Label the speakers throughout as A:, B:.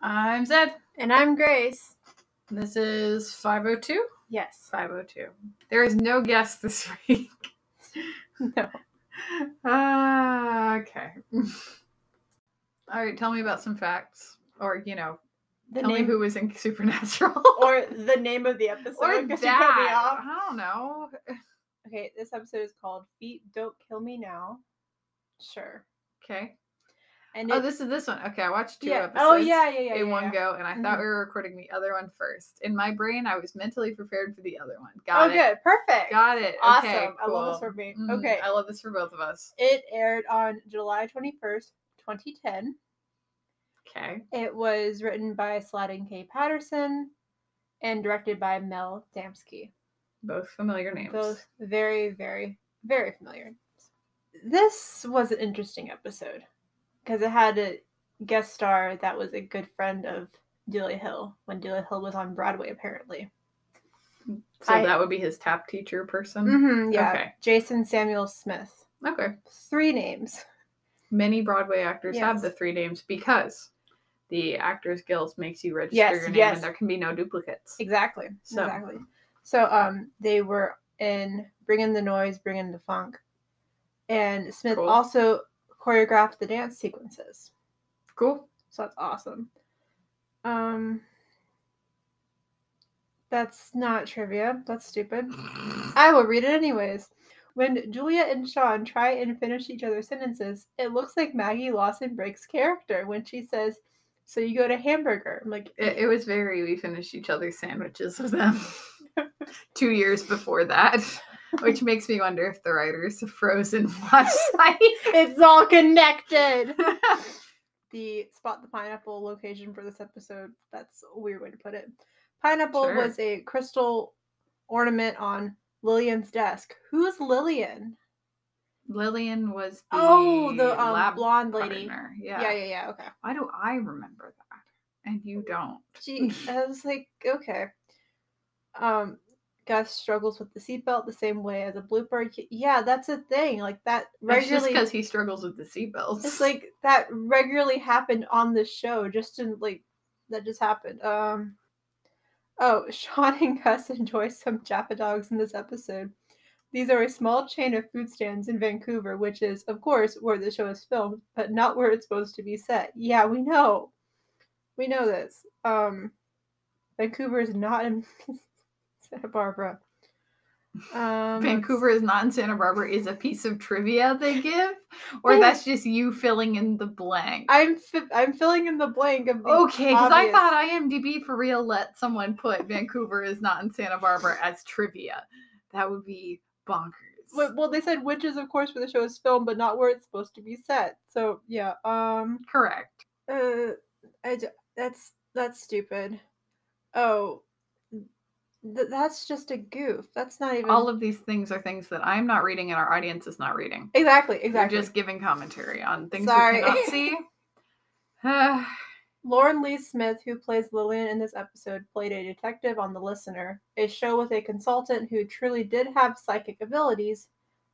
A: I'm Zed.
B: And I'm Grace.
A: This is 502.
B: Yes.
A: 502. There is no guest this week.
B: No.
A: Ah, okay. All right, tell me about some facts. Or, you know,
B: The
A: tell me
B: name
A: who was in Supernatural.
B: or the name of the episode.
A: Or
B: 'cause you cut me
A: that.
B: off.
A: I don't know.
B: Okay, this episode is called "Feet Don't Kill Me Now." Sure.
A: Okay.
B: And
A: Oh,
B: it-
A: this is this one. Okay, I watched two
B: yeah.
A: episodes.
B: Oh yeah, yeah, yeah.
A: in
B: yeah,
A: one
B: yeah. Mm-hmm.
A: go, and I thought we were recording the other one first. In my brain, I was mentally prepared for the other one.
B: Oh,
A: Got it.
B: good. Perfect.
A: Got it.
B: Awesome.
A: Okay,
B: I love
A: cool.
B: this for me.
A: Mm,
B: Okay.
A: I love this for both of us.
B: It aired on July twenty first, twenty ten.
A: Okay.
B: It was written by Sladen K. Patterson and directed by Mel Damsky.
A: Both familiar names.
B: Both very, very, very familiar. This was an interesting episode because it had a guest star that was a good friend of Delia Hill when Delia Hill was on Broadway, apparently.
A: So
B: I-
A: that would be his tap teacher person.
B: Mm-hmm, yeah.
A: Okay.
B: Jason Samuel Smith.
A: Okay.
B: Three names.
A: Many Broadway actors have
B: Yes.
A: the three names because the Actors Guild makes you register
B: Yes,
A: your name
B: yes.
A: and there can be no duplicates.
B: Exactly.
A: So-
B: Exactly. So um, they were in Bring in the Noise, Bring in the Funk. And Smith
A: Cool.
B: also choreographed the dance sequences.
A: Cool.
B: So that's awesome. Um That's not trivia. That's stupid. I will read it anyways. When Julia and Sean try and finish each other's sentences, it looks like Maggie Lawson breaks character when she says, "So you go to hamburger." I'm like,
A: It, it was very, we finished each other's sandwiches with them two years before that, which makes me wonder if the writers of Frozen watched like.
B: "It's all connected." the spot the pineapple location for this episode. That's a weird way to put it. Pineapple
A: Sure.
B: was a crystal ornament on Lillian's desk. Who's Lillian?
A: Lillian was the,
B: oh, the um,
A: lab
B: blonde lady.
A: partner.
B: Yeah.
A: Yeah.
B: yeah, yeah, Okay.
A: Why do I remember that? And you don't.
B: She, I was like, okay. Um, Gus struggles with the seatbelt the same way as a bluebird. Y- Yeah, that's a thing. Like that
A: That's just
B: regularly.
A: because he struggles with the seatbelts.
B: It's like that regularly happened on the show. Just in like that just happened. Um oh, Sean and Gus enjoy some Japa dogs in this episode. These are a small chain of food stands in Vancouver, which is, of course, where the show is filmed, but not where it's supposed to be set. Yeah, we know. We know this. Um Vancouver is not in Santa Barbara. Um, let's-
A: Vancouver is not in Santa Barbara is a piece of trivia they give, or
B: They-
A: that's just you filling in the blank.
B: I'm fi- I'm filling in the blank of the
A: okay, because I
B: obvious.
A: thought IMDb for real let someone put Vancouver is not in Santa Barbara as trivia. That would be bonkers.
B: Wh- Well, they said which is, of course, where the show is filmed, but not where it's supposed to be set. So yeah, um,
A: Correct.
B: uh, I d- that's that's stupid. Oh, th- that's just a goof. That's not even
A: All of these things are things that I'm not reading and our audience is not reading.
B: exactly
A: You're
B: exactly.
A: just giving commentary on things
B: Sorry.
A: we cannot see. Ah,
B: Lauren Lee Smith, who plays Lillian in this episode, played a detective on The Listener, a show with a consultant who truly did have psychic abilities,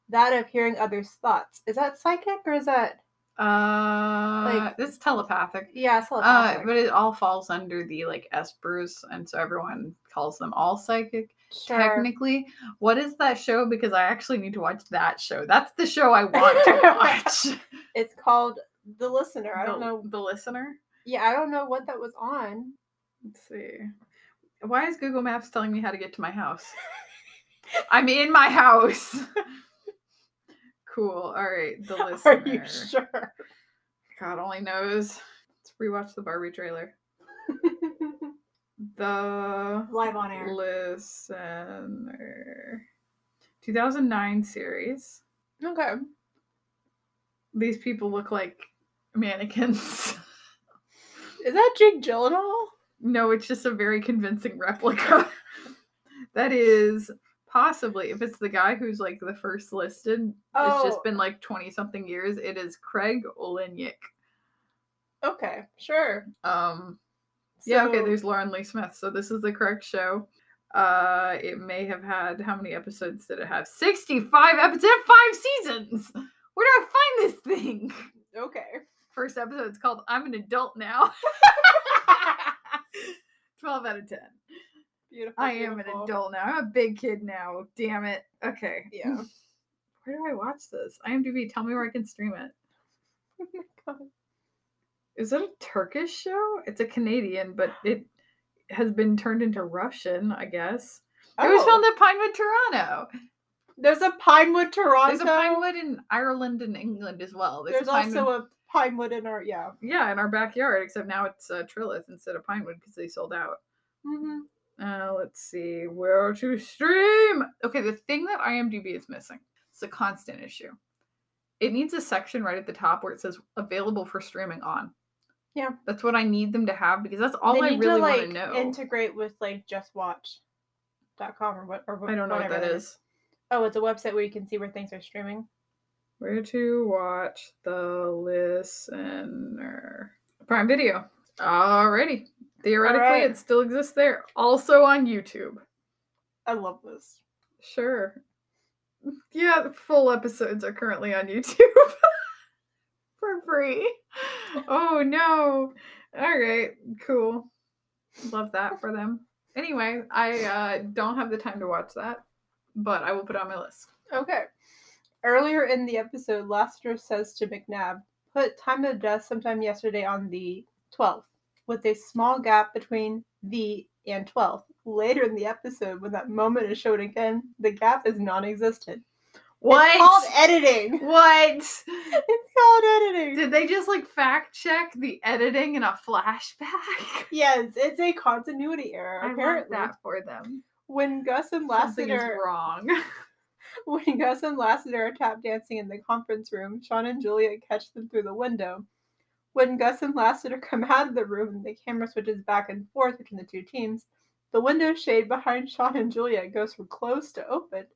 B: that of hearing others' thoughts. Is that psychic or is that
A: uh,
B: Like-
A: it's telepathic.
B: yeah? it's
A: Uh,
B: telepathic.
A: but it all falls under the like espers, and so everyone calls them all psychic.
B: Sure.
A: Technically, what is that show? Because I actually need to watch that show. That's the show I want to watch.
B: It's called The Listener. I don't
A: The-
B: know.
A: the listener.
B: Yeah, I don't know what that was on.
A: Let's see. Why is Google Maps telling me how to get to my house? I'm in my house. cool. All right. The listener.
B: Are you sure?
A: God only knows. Let's rewatch the Barbie trailer. The
B: Live on air.
A: Listener. 2009 series.
B: Okay.
A: These people look like mannequins.
B: Is that Jake Gyllenhaal?
A: no, it's just a very convincing replica. that is possibly, if it's the guy who's like the first listed, it's
B: Oh.
A: just been like 20 something years. It is Craig Olenyk.
B: Okay, sure.
A: Um, Yeah, okay,
B: So-
A: there's Lauren Lee Smith. So this is the correct show. Uh it may have had how many episodes did it have? 65 episodes, It had five seasons. Where do I find this thing?
B: okay.
A: First episode's called I'm an adult now. 12 out of 10.
B: Beautiful.
A: I am an
B: beautiful.
A: adult now. I'm a big kid now. Damn it. Okay.
B: Yeah.
A: Where do I watch this? IMDb, tell me where I can stream it.
B: Oh my God.
A: Is it a Turkish show? It's a Canadian, but it has been turned into Russian, I guess. It was
B: Oh,
A: filmed at Pinewood, Toronto.
B: There's a Pinewood, Toronto.
A: There's a Pinewood in Ireland and England as well.
B: There's
A: a Pinewood-
B: also a Pinewood in our yeah.
A: yeah, in our backyard, except now it's uh, Trillith instead of Pinewood because they sold out.
B: Mm-hmm.
A: Uh, let's see where to stream. Okay, the thing that IMDb is missing. It's a constant issue. It needs a section right at the top where it says available for streaming on.
B: Yeah.
A: That's what I need them to have because that's all
B: they
A: I
B: need
A: really
B: to like
A: want to know.
B: integrate with like justwatch.com or what or wh-
A: I don't know what
B: whatever
A: that is.
B: Oh, it's a website where you can see where things are streaming.
A: Where to watch the listener. Prime Video. Alrighty. Theoretically,
B: Alright.
A: it still exists there. Also on YouTube.
B: I love this.
A: Sure. Yeah, the full episodes are currently on YouTube for free. Oh no. All right, cool. Love that for them. Anyway, I uh, don't have the time to watch that, but I will put it on my list.
B: Okay. Earlier in the episode, Lassiter says to McNabb, put time of death sometime yesterday on the 12th, with a small gap between the and 12th. Later in the episode, when that moment is shown again, the gap is non existent. It's called editing.
A: What?
B: It's called editing.
A: Did they just like fact check the editing in a flashback?
B: yes, it's a continuity error.
A: I love
B: apparently,
A: that for them.
B: when Gus and
A: Something is
B: Lassiter
A: wrong.
B: When Gus and Lassiter are tap dancing in the conference room, Sean and Julia catch them through the window. When Gus and Lassiter come out of the room and the camera switches back and forth between the two teams, the window shade behind Sean and Julia goes from closed to open.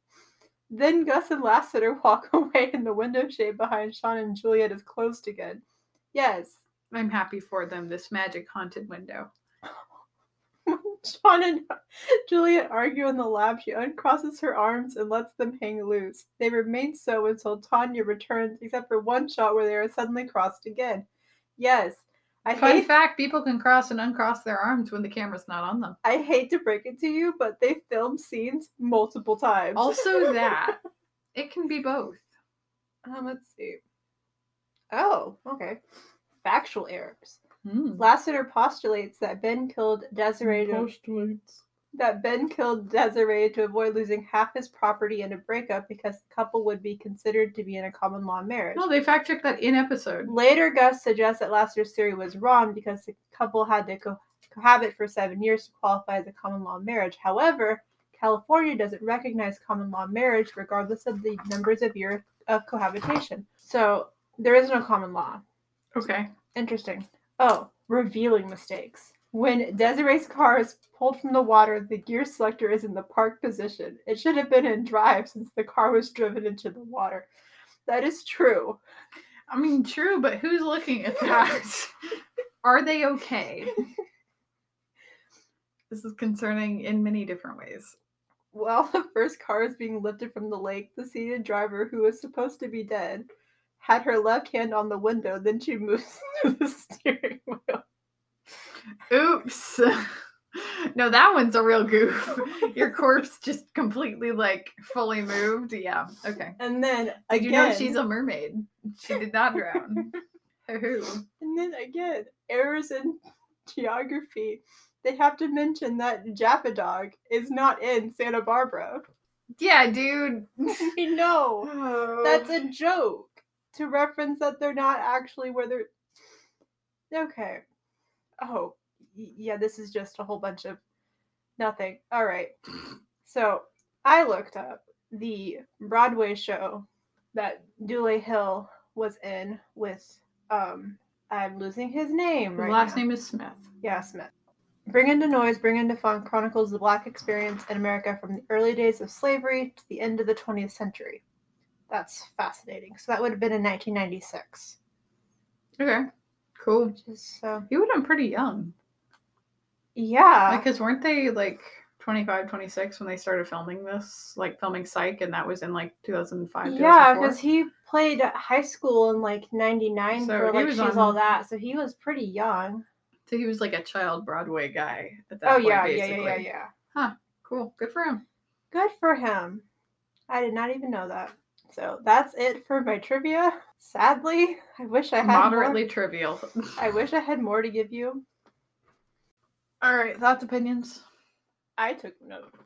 B: Then Gus and Lassiter walk away and the window shade behind Sean and Juliet is closed again. Yes.
A: I'm happy for them. This magic haunted window.
B: Sean and Juliet argue in the lab. She uncrosses her arms and lets them hang loose. They remain so until Tanya returns, except for one shot where they are suddenly crossed again. Yes, I
A: Fun
B: hate,
A: fact: people can cross and uncross their arms when the camera's not on them.
B: I hate to break it to you, but they film scenes multiple times.
A: Also, that it can be both.
B: um, let's see. Oh, okay. Factual errors.
A: Hmm.
B: Lassiter postulates that Ben killed Desiree to that Ben killed Desiree to avoid losing half his property in a breakup because the couple would be considered to be in a common law marriage.
A: No, they fact checked that in episode.
B: Later, Gus suggests that Lassiter's theory was wrong because the couple had to co- cohabit for seven years to qualify as a common law marriage. However, California doesn't recognize common law marriage regardless of the numbers of years of cohabitation. So there is no common law.
A: Okay.
B: Interesting. Oh, revealing mistakes. When Desiree's car is pulled from the water, the gear selector is in the park position. It should have been in drive since the car was driven into the water. That is true.
A: I mean, true, but who's looking at that? Are they okay? this is concerning in many different ways.
B: While the first car is being lifted from the lake, the seated driver, who was supposed to be dead, had her left hand on the window, then she moves to the steering wheel.
A: Oops. no, that one's a real goof. Your corpse just completely like fully moved. Yeah. Okay.
B: And then
A: Did
B: again,
A: you know she's a mermaid? She did not drown. Hoo-hoo.
B: And then again, errors in geography. They have to mention that Japadog is not in Santa Barbara.
A: Yeah, dude.
B: We know that's
A: That's
B: a joke to reference that they're not actually where they're. Okay. Oh, y- yeah, this is just a whole bunch of nothing. All right. So I looked up the Broadway show that Dooley Hill was in with. um I'm losing his name right
A: last
B: now.
A: name is Smith.
B: Yeah, Smith. Bring Into Noise, Bring Into Funk chronicles the Black experience in America from the early days of slavery to the end of the 20th century. That's fascinating. So that would have been in 1996.
A: Okay. Cool.
B: Which is so,
A: He would have been pretty young.
B: yeah.
A: Because weren't they like 25, 26 when they started filming this? Like filming Psych, and that was in like 2005,
B: yeah,
A: 2004?
B: because he played at high school in like 99
A: So
B: for
A: he
B: like
A: was
B: She's
A: on-
B: All That. So he was pretty young.
A: So he was like a child Broadway guy at that
B: Oh
A: point,
B: yeah, yeah,
A: basically.
B: yeah, yeah, yeah.
A: Cool. Good for him.
B: Good for him. I did not even know that. So that's it for my trivia. Sadly, I wish I had
A: Moderately
B: More.
A: trivial.
B: I wish I had more to give you.
A: All right, thoughts, opinions.
B: I took notes.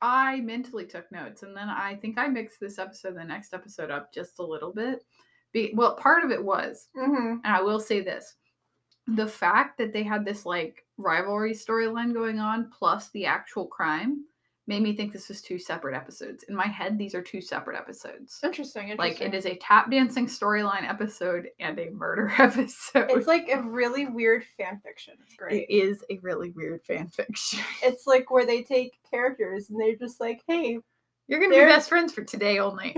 A: I mentally took notes, and then I think I mixed this episode, and the next episode, up just a little bit. Be- well, part of it was,
B: Mm-hmm.
A: and I will say this: the fact that they had this like rivalry storyline going on, plus the actual crime, made me think this was two separate episodes. In my head, these are two separate episodes.
B: Interesting, interesting.
A: Like it is a tap dancing storyline episode and a murder episode.
B: It's like a really weird fan fiction. It's great.
A: it is a really weird fan fiction.
B: It's like where they take characters and they're just like, hey,
A: You're gonna be
B: There-
A: best friends for today only.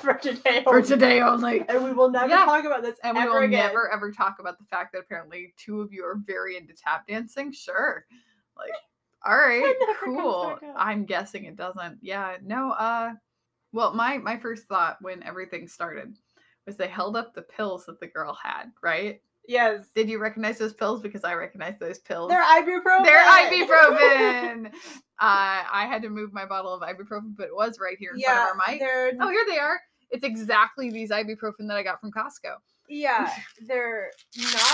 B: for today.
A: for
B: only.
A: today only.
B: And we will never
A: Yeah.
B: talk about this
A: And we
B: ever
A: will
B: again.
A: never ever talk about the fact that apparently two of you are very into tap dancing. Sure. Like, all right,
B: never comes
A: cool.
B: back up.
A: I'm guessing it doesn't. Yeah. No, uh well, my my first thought when everything started was they held up the pills that the girl had, right?
B: Yes.
A: Did you recognize those pills? Because I recognize those pills.
B: They're ibuprofen.
A: They're ibuprofen. uh, I had to move my bottle of ibuprofen, but it was right here in
B: yeah.
A: front of our mic.
B: They're
A: Oh, here they are. It's exactly these ibuprofen that I got from Costco.
B: yeah. They're not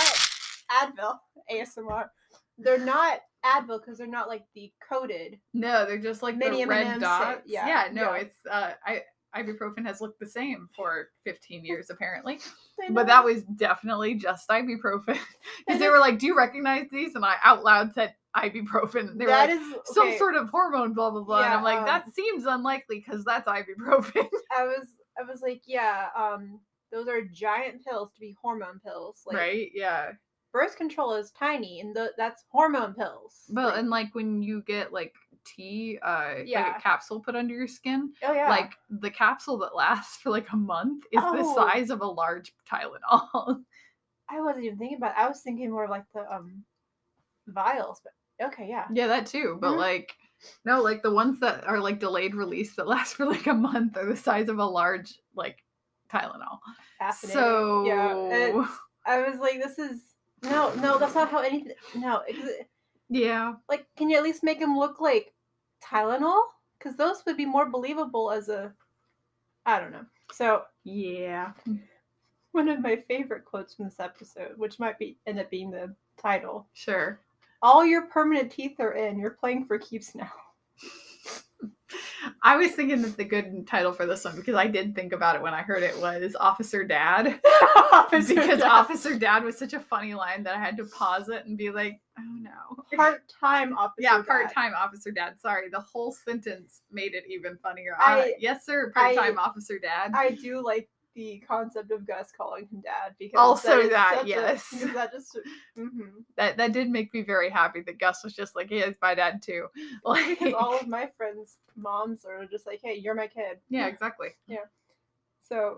B: Advil ASMR. They're not Advil because they're not like the coated.
A: No, they're just like
B: Mini
A: the red
B: M&Ms,
A: dots.
B: yeah,
A: no,
B: yeah.
A: it's uh, I ibuprofen has looked the same for 15 years apparently,
B: I
A: but
B: know.
A: that was definitely just ibuprofen
B: That
A: because they
B: is-
A: were like, "Do you recognize these?" And I out loud said ibuprofen. They were
B: that
A: like,
B: is
A: some
B: okay,
A: sort of hormone, blah blah blah. and
B: Yeah,
A: I'm like,
B: um,
A: that seems unlikely because that's ibuprofen.
B: I was I was like, yeah, um, those are giant pills to be hormone pills. Like
A: right? Yeah.
B: birth control is tiny and tho- that's hormone pills.
A: Well,
B: Like,
A: and like when you get like tea, uh, like
B: Yeah.
A: a capsule put under your skin,
B: oh yeah.
A: like the capsule that lasts for like a month is the
B: Oh.
A: size of a large Tylenol.
B: I wasn't even thinking about it. I was thinking more of like the um vials, but okay, yeah.
A: yeah, that too. But
B: Mhm.
A: like, no, like the ones that are like delayed release that last for like a month are the size of a large like Tylenol.
B: Fascinating.
A: So
B: yeah, it- I was like, this is no, no, that's not how anything. No, it-
A: yeah,
B: like, can you at least make them look like Tylenol? Because those would be more believable as a, I don't know. So
A: yeah.
B: one of my favorite quotes from this episode, which might be end up being the title:
A: Sure.
B: "All your permanent teeth are in. You're playing for keeps now."
A: I was thinking that the good title for this one because I did think about it when I heard it was Officer Dad.
B: Officer
A: because
B: Jack.
A: Officer Dad was such a funny line that I had to pause it and be like, oh no.
B: part-time officer.
A: Yeah,
B: Jack.
A: part time officer dad. Sorry, the whole sentence made it even funnier. All right,
B: I-
A: yes, sir,
B: I-
A: part time officer dad.
B: I do like the concept of Gus calling him dad because
A: Also
B: is
A: that,
B: such a-
A: yes.
B: because that just mhm.
A: that that did make me very happy that Gus was just like, yeah, it's my dad too. Like,
B: because all of my friends' moms are just like, "Hey, you're my kid."
A: yeah, exactly.
B: So,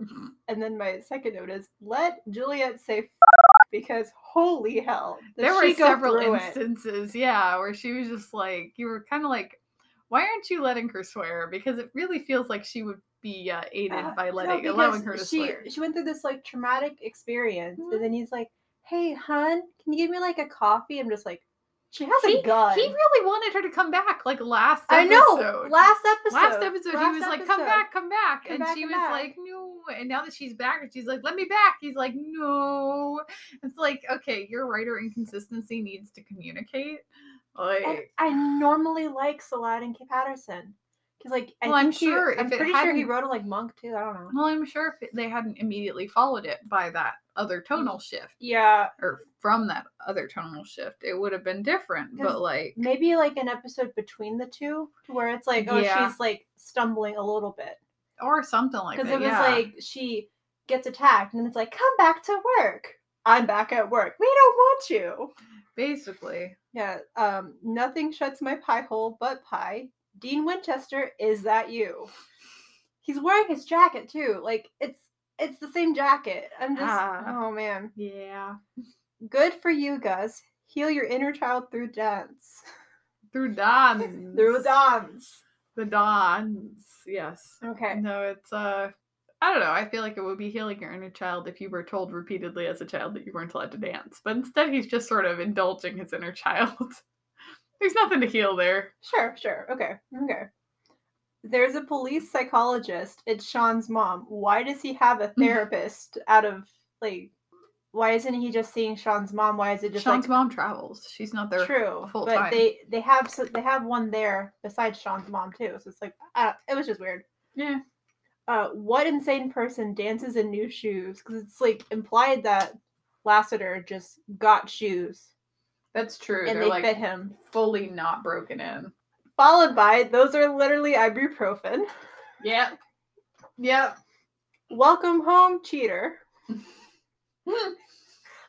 B: and then my second note is let Juliet say f- because holy hell, did
A: there
B: she
A: were
B: go
A: several
B: through
A: instances, yeah, where she was just like, you were kind of like, why aren't you letting her swear? Because it really feels like she would be uh,
B: it.
A: aided
B: Uh,
A: by
B: no,
A: letting
B: because
A: allowing her to
B: she
A: swear.
B: she went through this like traumatic experience,
A: Mhm.
B: and then he's like, "Hey, hun, can you give me like a coffee?" I'm just like, she has
A: He-
B: a gun.
A: He really wanted her to come back, like last
B: I
A: episode.
B: know. Last episode.
A: Last episode,
B: last
A: he was like, "Come
B: episode.
A: back, come back,"
B: Come
A: and
B: back,
A: she
B: come
A: was
B: back.
A: like, "No." And now that she's back, she's like, "Let me back." He's like, "No." It's like, okay, your writer inconsistency needs to communicate.
B: And
A: Like,
B: I normally like Saladin K. Patterson. Because like I
A: Well, I'm
B: think he-
A: sure if
B: I'm
A: it
B: pretty sure he
A: hadn't-
B: wrote it like Monk too. I don't know.
A: well, I'm sure if they hadn't immediately followed it by that other tonal shift
B: Yeah,
A: or from that other tonal shift, it would have been different. But
B: Because
A: like,
B: maybe like an episode between the two where it's like oh
A: Yeah.
B: she's like stumbling a little bit
A: or something like that.
B: because it was
A: yeah.
B: like she gets attacked and then it's like come back to work. I'm back at work. We don't want you.
A: basically,
B: Yeah. Um. Nothing shuts my pie hole but pie. Dean Winchester, is that you? He's wearing his jacket too. Like it's it's the same jacket. I'm just
A: Ah.
B: oh man.
A: yeah,
B: Good for you, Gus. Heal your inner child through dance.
A: through dons,
B: Through dance.
A: the dons, yes.
B: Okay.
A: No, it's uh I don't know. I feel like it would be healing your inner child if you were told repeatedly as a child that you weren't allowed to dance. But instead, he's just sort of indulging his inner child. There's nothing to heal there.
B: Sure, sure. Okay, okay. There's a police psychologist. It's Sean's mom. Why does he have
A: Mm-hmm.
B: a therapist out of like? Why isn't he just seeing Sean's mom? Why is it just
A: Sean's
B: like
A: mom travels. She's not there.
B: true?
A: full
B: but
A: time.
B: they they have so they have one there besides Sean's mom too. So it's like I don't- it was just weird.
A: Yeah.
B: Uh, what insane person dances in new shoes? Because it's like implied that Lassiter just got shoes
A: That's true.
B: and
A: They're
B: they
A: like
B: fit him.
A: fully not broken in.
B: Followed by those are literally ibuprofen.
A: Yep. Yep.
B: Welcome home, cheater.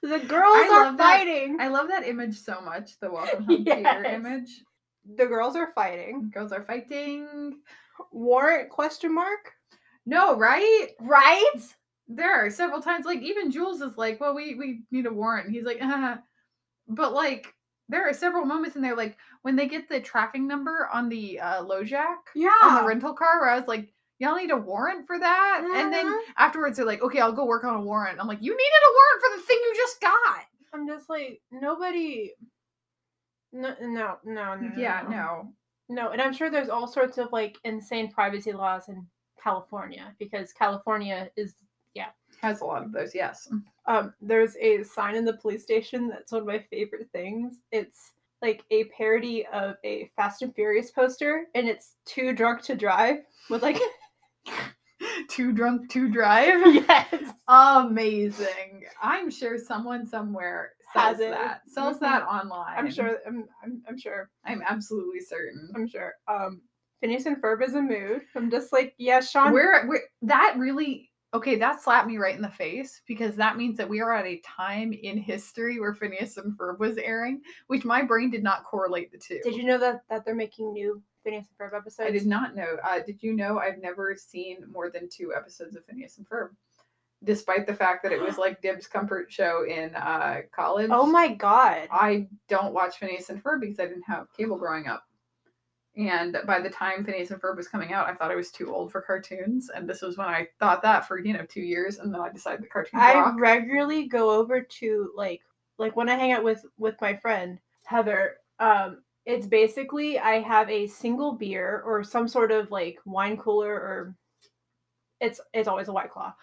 B: The girls
A: I
B: are
A: love that.
B: fighting.
A: I love that image so much. The welcome home theater
B: Yes.
A: image.
B: The girls are fighting.
A: Girls are fighting.
B: Warrant question mark?
A: No, right?
B: Right?
A: There are several times, like even Jules is like, "Well, we we need a warrant." And he's like, uh. "But like, there are several moments in there, like when they get the tracking number on the uh, LoJack on the
B: Yeah.
A: rental car, where I was like, "Y'all need a warrant for that." And then
B: Mhm.
A: afterwards, they're like, "Okay, I'll go work on a warrant." I'm like, "You needed a warrant for the thing you just got."
B: I'm just like, nobody. No, no, no, no.
A: Yeah, no.
B: No, and I'm sure there's all sorts of like insane privacy laws in California because California is.
A: Has a lot of those, yes.
B: Um, there's a sign in the police station that's one of my favorite things. It's like a parody of a Fast and Furious poster, and it's too drunk to drive with like
A: too drunk to drive.
B: yes.
A: Amazing. I'm sure someone somewhere sells
B: Has it.
A: that. Sells
B: Mhm.
A: that online.
B: I'm sure. I'm, I'm, I'm sure.
A: I'm absolutely certain.
B: I'm sure. Um, Phineas and Ferb is a mood. I'm just like, yeah, Sean.
A: Where, where that really okay, that slapped me right in the face because that means that we are at a time in history where Phineas and Ferb was airing, which my brain did not correlate the two.
B: Did you know that that they're making new Phineas and Ferb episodes?
A: I did not know. Uh, did you know I've never seen more than two episodes of Phineas and Ferb, despite the fact that it was like Dib's comfort show in uh, college.
B: Oh my god.
A: I don't watch Phineas and Ferb because I didn't have cable growing up. And by the time Phineas and Ferb was coming out, I thought I was too old for cartoons. And this was when I thought that for, you know, two years. And then I decided the cartoons
B: I
A: rock.
B: regularly go over to like like when I hang out with with my friend Heather. Um, it's basically I have a single beer or some sort of like wine cooler or it's it's always a white claw.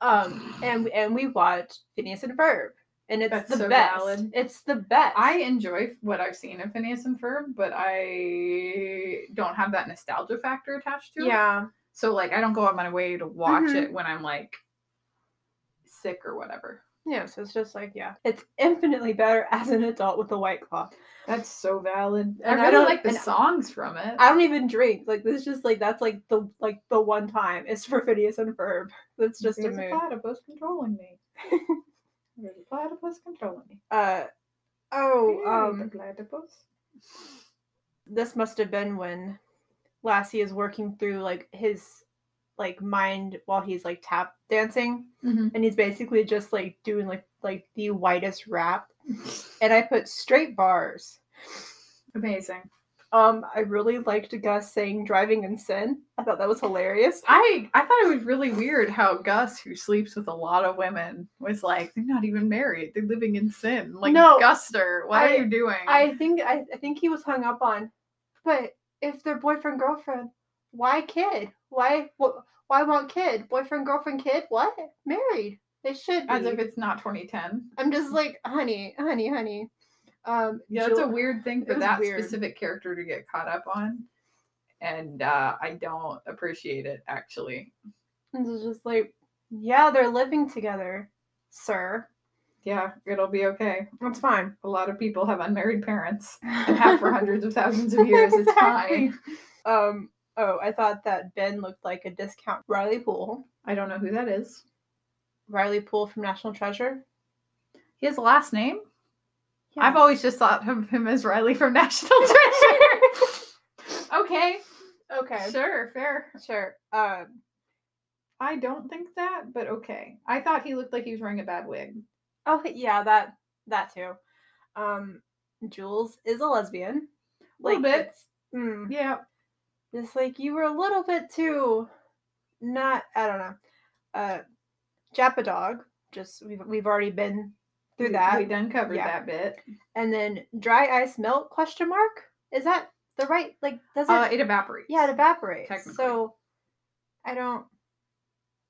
B: Um, and and we watch Phineas and Ferb, and it's
A: That's
B: the
A: so
B: best.
A: valid.
B: It's the best.
A: I enjoy what I've seen of Phineas and Ferb, but I don't have that nostalgia factor attached to it.
B: yeah.
A: So like I don't go out of my way to watch
B: Mhm.
A: it when I'm like sick or whatever.
B: Yeah, so it's just like, yeah, it's infinitely better as an adult with a white claw.
A: That's so valid.
B: And I
A: I really
B: don't-
A: like the
B: and-
A: songs from it.
B: I don't even drink. Like this is just like that's like the like the one time it's for Phineas and Ferb. That's just
A: There's
B: a mood.
A: platypus controlling me. There's a platypus controlling me.
B: Uh oh,
A: Hey, the
B: um
A: platypus.
B: this must have been when Lassie is working through like his like mind while he's like tap dancing and he's basically just like doing like like the whitest rap and I put straight bars.
A: Amazing.
B: Um I really liked Gus saying driving in sin. I thought that was hilarious.
A: I I thought it was really weird how Gus, who sleeps with a lot of women, was like they're not even married. They're living in sin. Like
B: No,
A: Guster, what
B: I-
A: are you doing?
B: I think I, I think he was hung up on. But if they're boyfriend girlfriend, why kid? Why wh- why want kid? Boyfriend girlfriend kid? What? Married? They should. Be.
A: As if it's not 2010.
B: I'm just like honey, honey, honey. Um,
A: Yeah, that's a
B: Jul-
A: weird thing
B: it
A: for
B: was
A: that
B: weird.
A: specific character to get caught up on. And uh, I don't appreciate it actually.
B: This is just like yeah, they're living together, sir.
A: Yeah, it'll be okay.
B: That's fine.
A: A lot of people have unmarried parents and have for hundreds of thousands of years. It's
B: Exactly.
A: fine.
B: um. Oh, I thought that Ben looked like a discount Riley Poole.
A: I don't know who that is.
B: Riley Poole from National Treasure.
A: His last name? I've
B: Yes.
A: always just thought of him as Riley from National Treasure. okay,
B: okay.
A: sure, fair.
B: Sure. Um.
A: I don't think that, but okay. I thought he looked like he was wearing a bad wig.
B: Oh yeah, that that too. Um, Jules is a lesbian.
A: Little bit.
B: it's- mm,
A: Yeah,
B: just like you were a little bit too. Not I don't know. uh, Japa Dog. Just we've we've already been through
A: We-
B: that.
A: We done covered
B: Yeah.
A: that bit.
B: and then dry ice melt question mark is that the right like does it
A: Uh, it evaporates.
B: yeah it evaporates
A: technically.
B: so i don't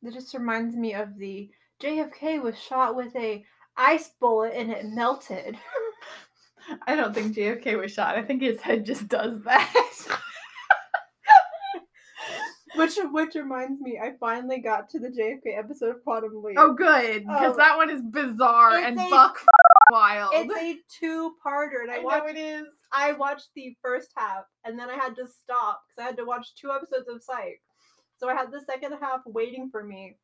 B: it just reminds me of the jfk was shot with a ice bullet and it melted
A: I don't think JFK was shot. I think his head just does that.
B: which which reminds me i finally got to the jfk episode of quantum leap
A: oh, good, because
B: Oh.
A: that one is bizarre
B: It's
A: and
B: a-
A: buck f- wild.
B: it's a two-parter and i,
A: I
B: watched
A: know it is.
B: i watched the first half and then i had to stop because i had to watch two episodes of psych so i had the second half waiting for me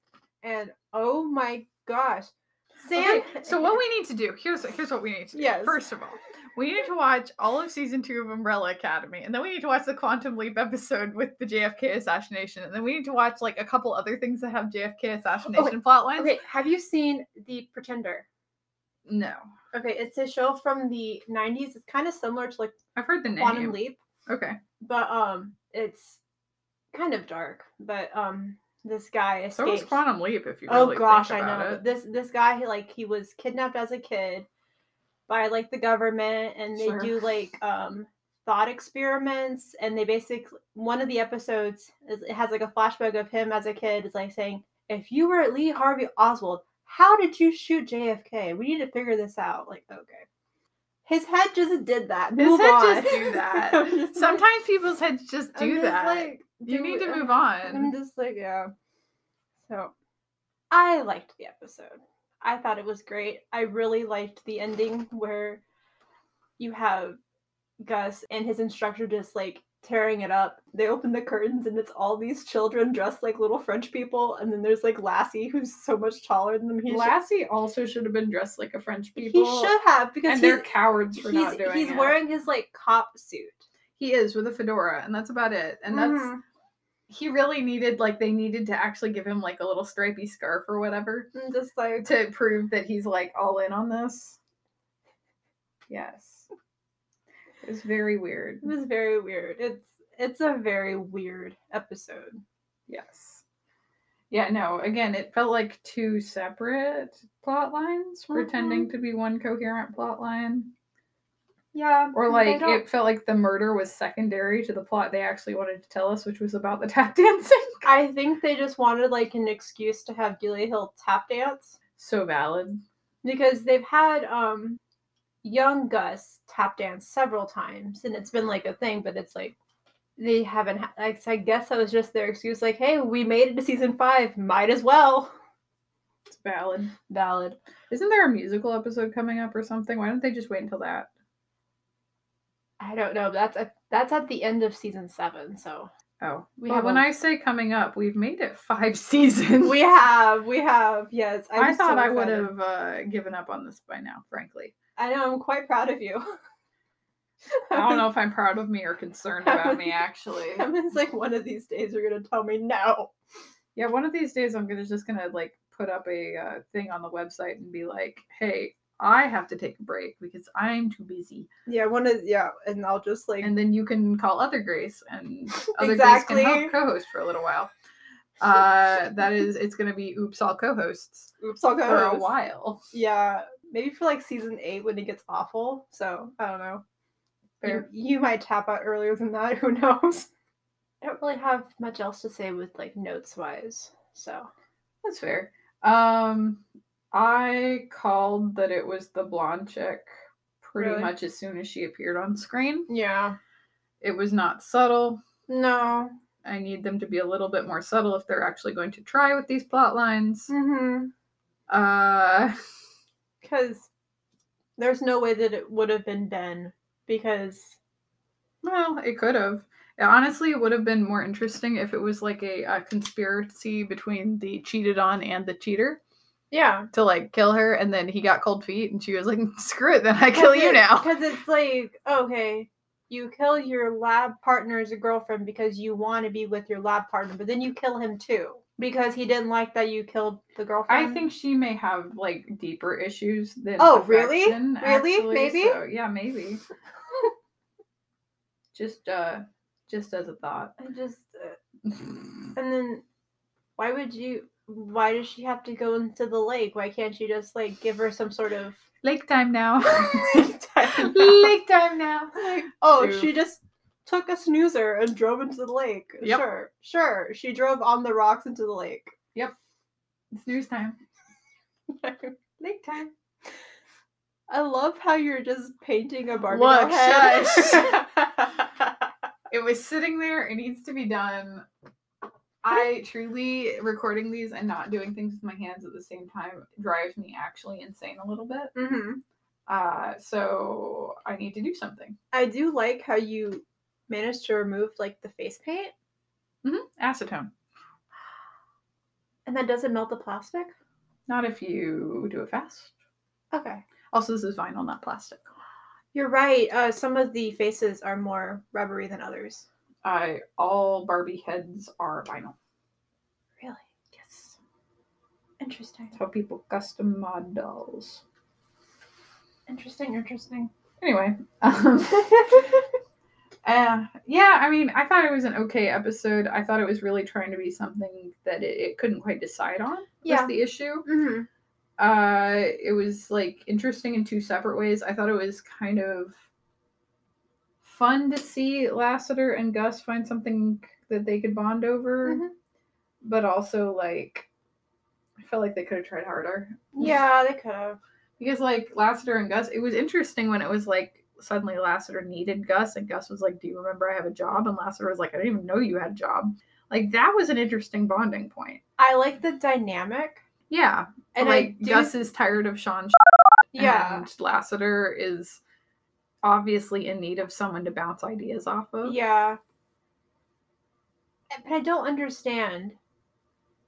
B: and oh my gosh sam
A: Okay, so what we need to do here's here's what we need to do.
B: Yes.
A: First of all, we need to watch all of season two of Umbrella Academy, and then we need to watch the Quantum Leap episode with the JFK assassination, and then we need to watch like a couple other things that have JFK assassination plot lines.
B: Okay, have you seen The Pretender?
A: No,
B: Okay, it's a show from the 90s. It's kind of similar to like
A: I've heard the name.
B: Quantum Leap,
A: Okay,
B: but um it's kind of dark, but um this guy
A: so was
B: escapes.
A: Quantum Leap. If you
B: oh
A: really
B: gosh, I
A: think about
B: know.
A: it.
B: but This this guy he like he was kidnapped as a kid by like the government and they
A: Sure.
B: do like um thought experiments and they basically one of the episodes is, it has like a flashback of him as a kid is like saying if you were Lee Harvey Oswald how did you shoot JFK we need to figure this out like okay his head just did that
A: His
B: Move
A: head
B: on.
A: just do that.
B: I'm just like-
A: Sometimes people's heads just
B: I'm
A: do
B: just
A: that.
B: like,
A: you
B: do
A: need
B: we-
A: to move
B: I'm
A: on.
B: just like, yeah. So I liked the episode. I thought it was great. I really liked the ending where you have Gus and his instructor just like tearing it up. They open the curtains and it's all these children dressed like little French people. And then there's like Lassie who's so much taller than them. He, should-
A: Lassie also should have been dressed like a French
B: he
A: people.
B: should have because
A: and
B: he's,
A: they're cowards for
B: he's,
A: not doing
B: he's
A: it.
B: wearing his like cop suit.
A: he is with a fedora, and that's about it. And that's
B: Mhm.
A: he really needed like they needed to actually give him like a little stripy scarf or whatever
B: I'm just like,
A: to prove that he's like all in on this. Yes. It's very weird.
B: It was very weird. It's it's a very weird episode.
A: Yes. Yeah, no, again, it felt like two separate plot lines pretending to be one coherent plot line.
B: Yeah.
A: Or like it felt like the murder was secondary to the plot they actually wanted to tell us, which was about the tap dancing.
B: I think they just wanted like an excuse to have Delia Hill tap dance
A: So valid.
B: because they've had um young Gus tap dance several times and it's been like a thing, but it's like they haven't. Ha- I, I guess that was just their excuse. Like, hey, we made it to season five, might as well.
A: It's valid.
B: Valid.
A: Isn't there a musical episode coming up or something? Why don't they just wait until that?
B: I don't know. That's at that's at the end of season seven. So
A: Oh,
B: We
A: we well,
B: have
A: when
B: a-
A: I say coming up, we've made it five seasons.
B: we have we have yes. I'm
A: I
B: so
A: thought I would
B: excited.
A: have uh, given up on this by now, frankly.
B: I know. I'm quite proud of you.
A: I don't know if I'm proud of me or concerned about me, actually.
B: Kevin's like, one of these days you're gonna tell me no.
A: Yeah, one of these days I'm gonna just gonna like put up a uh, thing on the website and be like, "Hey, I have to take a break because I'm too busy,"
B: Yeah, one of yeah, and I'll just like
A: and then you can call Other Grace and Other Grace can
B: Exactly.
A: help co-host for a little while. Uh, that is, it's gonna be oops all co-hosts
B: oops, I'll go
A: for a
B: host.
A: while.
B: Yeah, maybe for like season eight when it gets awful. So I don't know. You,
A: Fair.
B: you might tap out earlier than that. Who knows? I don't really have much else to say with like notes wise. So
A: That's fair. Um, I called that it was the blonde chick pretty
B: Really?
A: much as soon as she appeared on screen.
B: yeah,
A: It was not subtle.
B: no.
A: I need them to be a little bit more subtle if they're actually going to try with these plot lines.
B: Mm-hmm.
A: Uh,
B: Because there's no way that it would have been Ben because
A: well, it could have. It honestly would have been more interesting if it was like a, a conspiracy between the cheated on and the cheater
B: yeah,
A: to like kill her, and then he got cold feet, and she was like, "Screw it, then I kill you now."
B: Because it's like, okay, you kill your lab partner's girlfriend because you want to be with your lab partner, but then you kill him too because he didn't like that you killed the girlfriend.
A: I think she may have like deeper issues than
B: Um, Oh, really?
A: affection,
B: Really?
A: actually,
B: Maybe?
A: so, yeah, maybe. just uh, just as a thought.
B: I just, uh, and then why would you? why does she have to go into the lake? Why can't you just like give her some sort of
A: Lake time now.
B: time out?
A: Lake time now.
B: Like, oh,
A: True.
B: she just took a snoozer and drove into the lake.
A: Yep.
B: Sure, sure. She drove on the rocks into the lake.
A: It's news time. Lake time.
B: I love how you're just painting a Barbie
A: Look,
B: doll head.
A: It was sitting there. It needs to be done. I truly recording these and not doing things with my hands at the same time drives me actually insane a little bit.
B: hmm
A: Uh, so I need to do something.
B: I do like how you managed to remove like the face paint,
A: Mm-hmm. Acetone.
B: and that doesn't melt the plastic.
A: Not if you do it fast.
B: Okay,
A: Also, this is vinyl, not plastic.
B: you're right. Uh, some of the faces are more rubbery than others.
A: I all Barbie heads are vinyl.
B: Really
A: Yes.
B: interesting.
A: That's how people custom mod dolls.
B: Interesting. Interesting. Mm-hmm.
A: Anyway, um, uh, yeah, I mean, I thought it was an okay episode. I thought it was really trying to be something that it, it couldn't quite decide on. Was
B: Yeah.
A: the issue.
B: hmm
A: Uh, it was like interesting in two separate ways. I thought it was kind of fun to see Lassiter and Gus find something that they could bond over,
B: Mhm.
A: but also like I felt like they could have tried harder.
B: Yeah, they could have.
A: Because like Lassiter and Gus, it was interesting when it was like suddenly Lassiter needed Gus and Gus was like, Do you remember I have a job? And Lassiter was like, I didn't even know you had a job. Like that was an interesting bonding point.
B: I like the dynamic,
A: Yeah.
B: and
A: like
B: I do,
A: Gus is tired of Sean
B: Yeah,
A: and Lassiter is obviously in need of someone to bounce ideas off of.
B: yeah. But I don't understand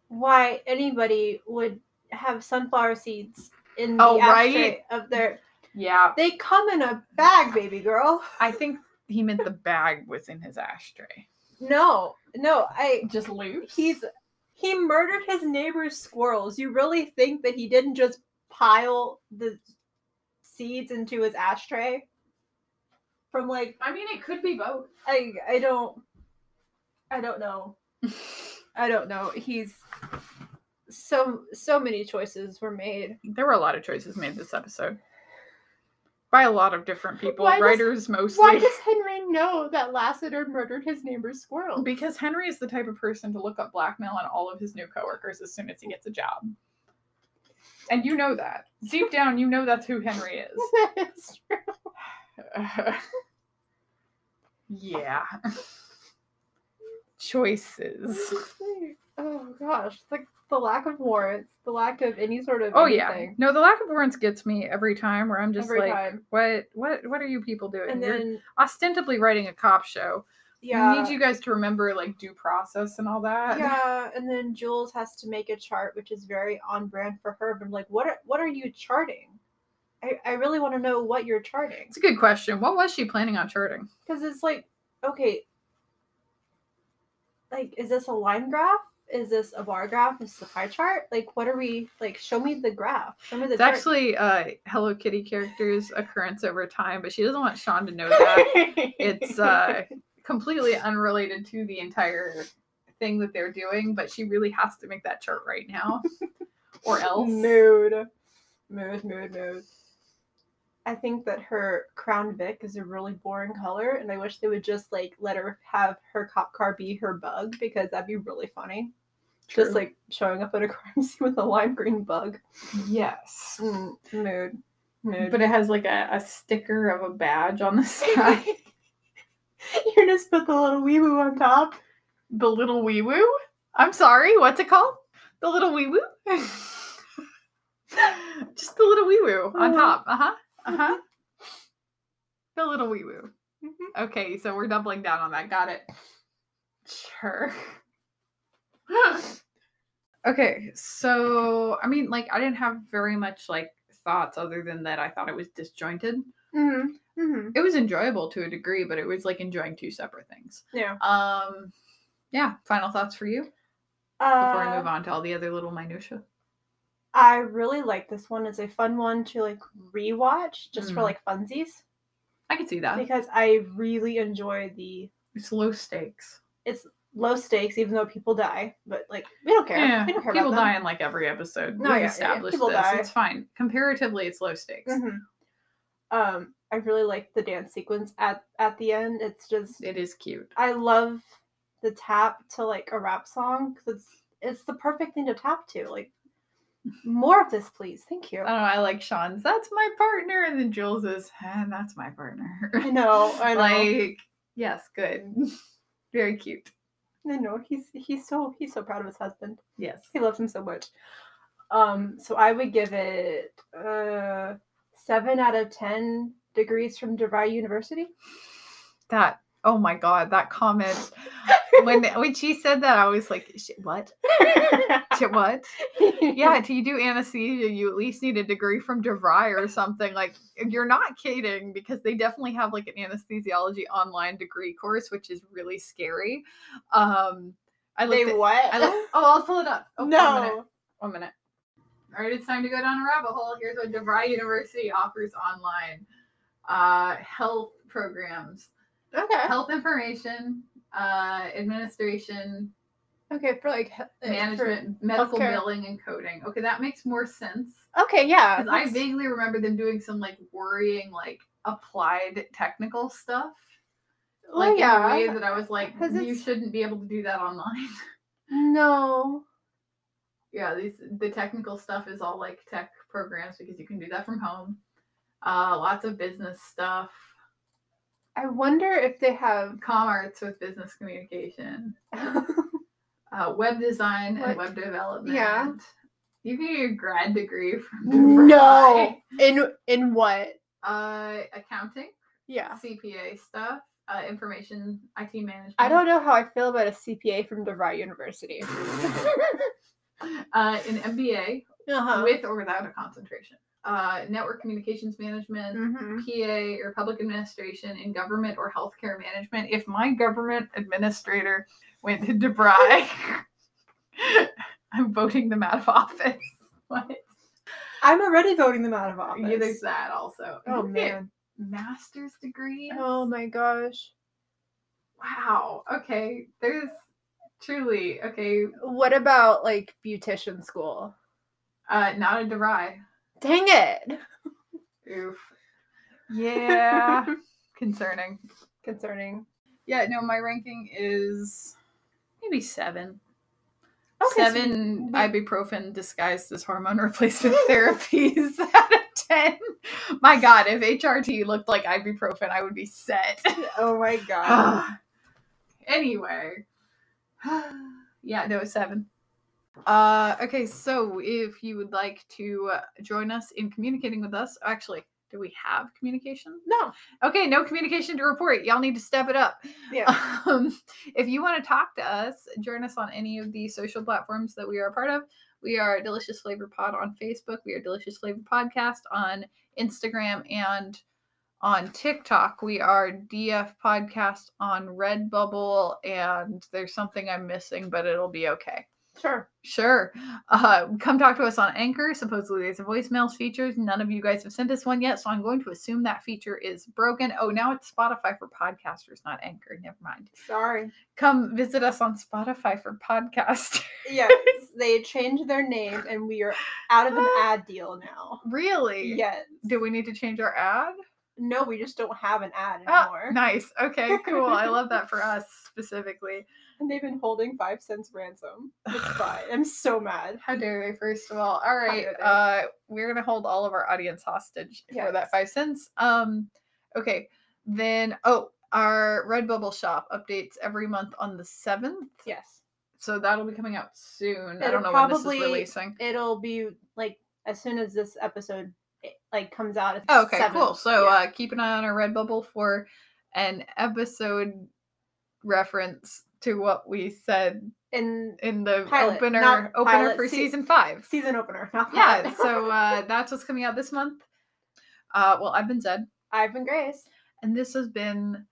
B: why anybody would have sunflower seeds in the
A: Oh, right?
B: ashtray of their.
A: Yeah.
B: They come in a bag, baby girl.
A: I think he meant the bag was in his ashtray.
B: No, no. I
A: Just loose.
B: he's he murdered his neighbor's squirrels. You really think that he didn't just pile the seeds into his ashtray? From like
A: I mean it could be both.
B: I I don't I don't know. I don't know. He's so so many choices were made.
A: there were a lot of choices made this episode by a lot of different people
B: Why does-
A: writers mostly
B: Why does Henry know that Lassiter murdered his neighbor's squirrel?
A: because henry is the type of person to look up blackmail on all of his new coworkers as soon as he gets a job and you know that deep down you know that's who henry is
B: That's true.
A: yeah choices
B: oh gosh, like the lack of warrants, the lack of any sort of
A: oh yeah
B: anything
A: no the lack of warrants gets me every time where i'm just
B: every
A: like
B: time.
A: what what what are you people doing
B: And
A: you're
B: then
A: ostensibly writing a cop show I
B: yeah,
A: need you guys to remember like due process and all that.
B: yeah, and then Jules has to make a chart, which is very on brand for her. But I'm like, what are what are you charting? I, I really want to know what you're charting.
A: It's a good question. What was she planning on charting?
B: Because it's like, okay, like, is this a line graph? Is this a bar graph? Is this a pie chart? Like, what are we like? Show me the graph. Show me the
A: It's
B: chart.
A: actually uh Hello Kitty characters occurrence over time, but she doesn't want Sean to know that. it's uh completely unrelated to the entire thing that they're doing, but she really has to make that chart right now. or else.
B: mood, mood, mood, mood. I think that her crown Vic is a really boring color, and I wish they would just like let her have her cop car be her bug because that'd be really funny.
A: True.
B: Just like showing up at a crime scene with a lime green bug.
A: Yes.
B: Mm, mood, mood.
A: But it has like a, a sticker of a badge on the side.
B: You're just put the little wee woo on top.
A: the little wee woo. I'm sorry, what's it called? The little wee woo. Just the little wee woo on
B: Mhm.
A: top. Uh huh. Uh huh. The little wee woo.
B: Mm-hmm.
A: Okay, so we're doubling down on that. Got it. Sure. okay, so I mean, like, I didn't have very much like thoughts other than that I thought it was disjointed.
B: Mm-hmm. Mm-hmm.
A: It was enjoyable to a degree, but it was like enjoying two separate things.
B: Yeah.
A: Um, yeah. Final thoughts for you? before I move
B: Uh,
A: on to all the other little minutia.
B: I really like this one. It's a fun one to like rewatch just for
A: Mm.
B: like funsies
A: I can see that.
B: because I really enjoy the
A: It's low stakes.
B: low stakes, even though people die. But like we don't care.
A: Yeah,
B: We don't care
A: people
B: about
A: die
B: them.
A: in like every episode.
B: No,
A: We've
B: yeah, yeah,
A: established
B: people
A: this.
B: die.
A: It's fine. Comparatively, it's low stakes.
B: Mhm. Um, I really like the dance sequence at at the end. It's just
A: It is cute.
B: I love the tap to like a rap song because it's it's the perfect thing to tap to. Like more of this, please. Thank you.
A: I don't know. I like Sean's. That's my partner, and then Jules is, and that's my partner.
B: I know. I know.
A: Like, yes, good, very cute.
B: I know. He's he's so he's so proud of his husband.
A: Yes.
B: He loves him so much. Um, so I would give it uh seven out of ten degrees from DeVry University.
A: That. Oh my god, that comment. when when she said that, I was like, "Sh- what? Sh- what? Yeah, to you do anesthesia, you at least need a degree from DeVry or something. Like, you're not kidding because they definitely have like an anesthesiology online degree course, which is really scary. Um, I
B: They
A: looked. at-
B: what?
A: I looked, oh, I'll pull it up. Oh, one minute.
B: no.
A: One minute. All right, it's time to go down a rabbit hole. Here's what DeVry University offers online uh, health programs,
B: Okay.
A: health information, uh, administration,
B: Okay, for like he- uh, for-
A: management, medical
B: healthcare.
A: billing, and coding. Okay, that makes more sense.
B: Okay, yeah.
A: Because I
B: that's-
A: vaguely remember them doing some like worrying, like applied technical stuff.
B: well,
A: Like
B: Oh, yeah.
A: in a way that I was like,
B: 'Cause
A: you
B: it's-
A: shouldn't be able to do that online.
B: no.
A: yeah, these the technical stuff is all like tech programs because you can do that from home. Uh, lots of business stuff,
B: I wonder if they have
A: com arts with business communication, uh, web design and
B: What?
A: web development.
B: Yeah.
A: You can get a grad degree from
B: No.
A: DeVry.
B: In in what?
A: Uh, accounting,
B: Yeah.
A: CPA stuff, uh, information IT management.
B: I don't know how I feel about a CPA from DeVry University.
A: Uh, an MBA
B: Uh-huh.
A: with or without a concentration. Uh, network communications management.
B: Mhm.
A: PA or public administration in government or healthcare management. If my government administrator went to DeVry, I'm voting them out of office. What?
B: I'm already voting them out of office.
A: Yeah, there's that also.
B: Oh
A: You get
B: man.
A: master's degree.
B: Oh my gosh.
A: Wow. Okay, there's truly okay.
B: What about like beautician school?
A: Uh, not a DeVry.
B: Dang it.
A: Oof. Yeah. Concerning.
B: Concerning.
A: Yeah. No, my ranking is maybe seven.
B: Okay, so
A: seven
B: we-
A: ibuprofen disguised as hormone replacement therapies out of ten. My God, if HRT looked like ibuprofen, I would be set.
B: Oh my god.
A: anyway, yeah, no, seven. Uh, okay, so if you would like to uh, join us in communicating with us, actually, do we have communication?
B: no.
A: Okay, no communication to report. Y'all need to step it up.
B: Yeah.
A: Um, if you want to talk to us, join us on any of the social platforms that we are a part of. We are Delicious Flavor Pod on Facebook. We are Delicious Flavor Podcast on Instagram and on TikTok. We are DF Podcast on Redbubble. And there's something I'm missing, but it'll be okay.
B: Sure.
A: Sure. Uh, come talk to us on Anchor. Supposedly there's a voicemails feature. None of you guys have sent us one yet, so I'm going to assume that feature is broken. Oh, now it's Spotify for podcasters, not Anchor. Never mind.
B: Sorry.
A: Come visit us on Spotify for podcast.
B: Yes. they changed their name and we are out of an ad deal now.
A: really?
B: Yes.
A: Do we need to change our ad?
B: No, we just don't have an ad
A: Oh,
B: anymore.
A: nice. Okay, cool. I love that for us specifically.
B: And they've been holding five cents ransom. It's fine. I'm so mad.
A: How dare they, first of all. All right.
B: dare they.
A: Uh we're gonna hold all of our audience hostage for that
B: Yes.
A: five cents. Um okay. Then oh our Redbubble shop updates every month on the seventh.
B: Yes.
A: So that'll be coming out soon. I
B: It'll
A: don't know when
B: probably-
A: this is releasing.
B: It'll be like as soon as this episode it, like comes out. It's
A: Okay,
B: seven.
A: cool. So
B: Yeah.
A: uh keep an eye on our Redbubble for an episode reference to what we said
B: in
A: in the
B: Pilot,
A: opener
B: not
A: opener
B: pilot,
A: for
B: se-
A: season five.
B: season opener. Not
A: yeah,
B: pilot.
A: so uh, that's what's coming out this month. Uh, well, I've been Zed,
B: I've been Grace.
A: and this has been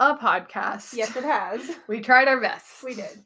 A: a podcast.
B: Yes, it has.
A: we tried our best.
B: We did.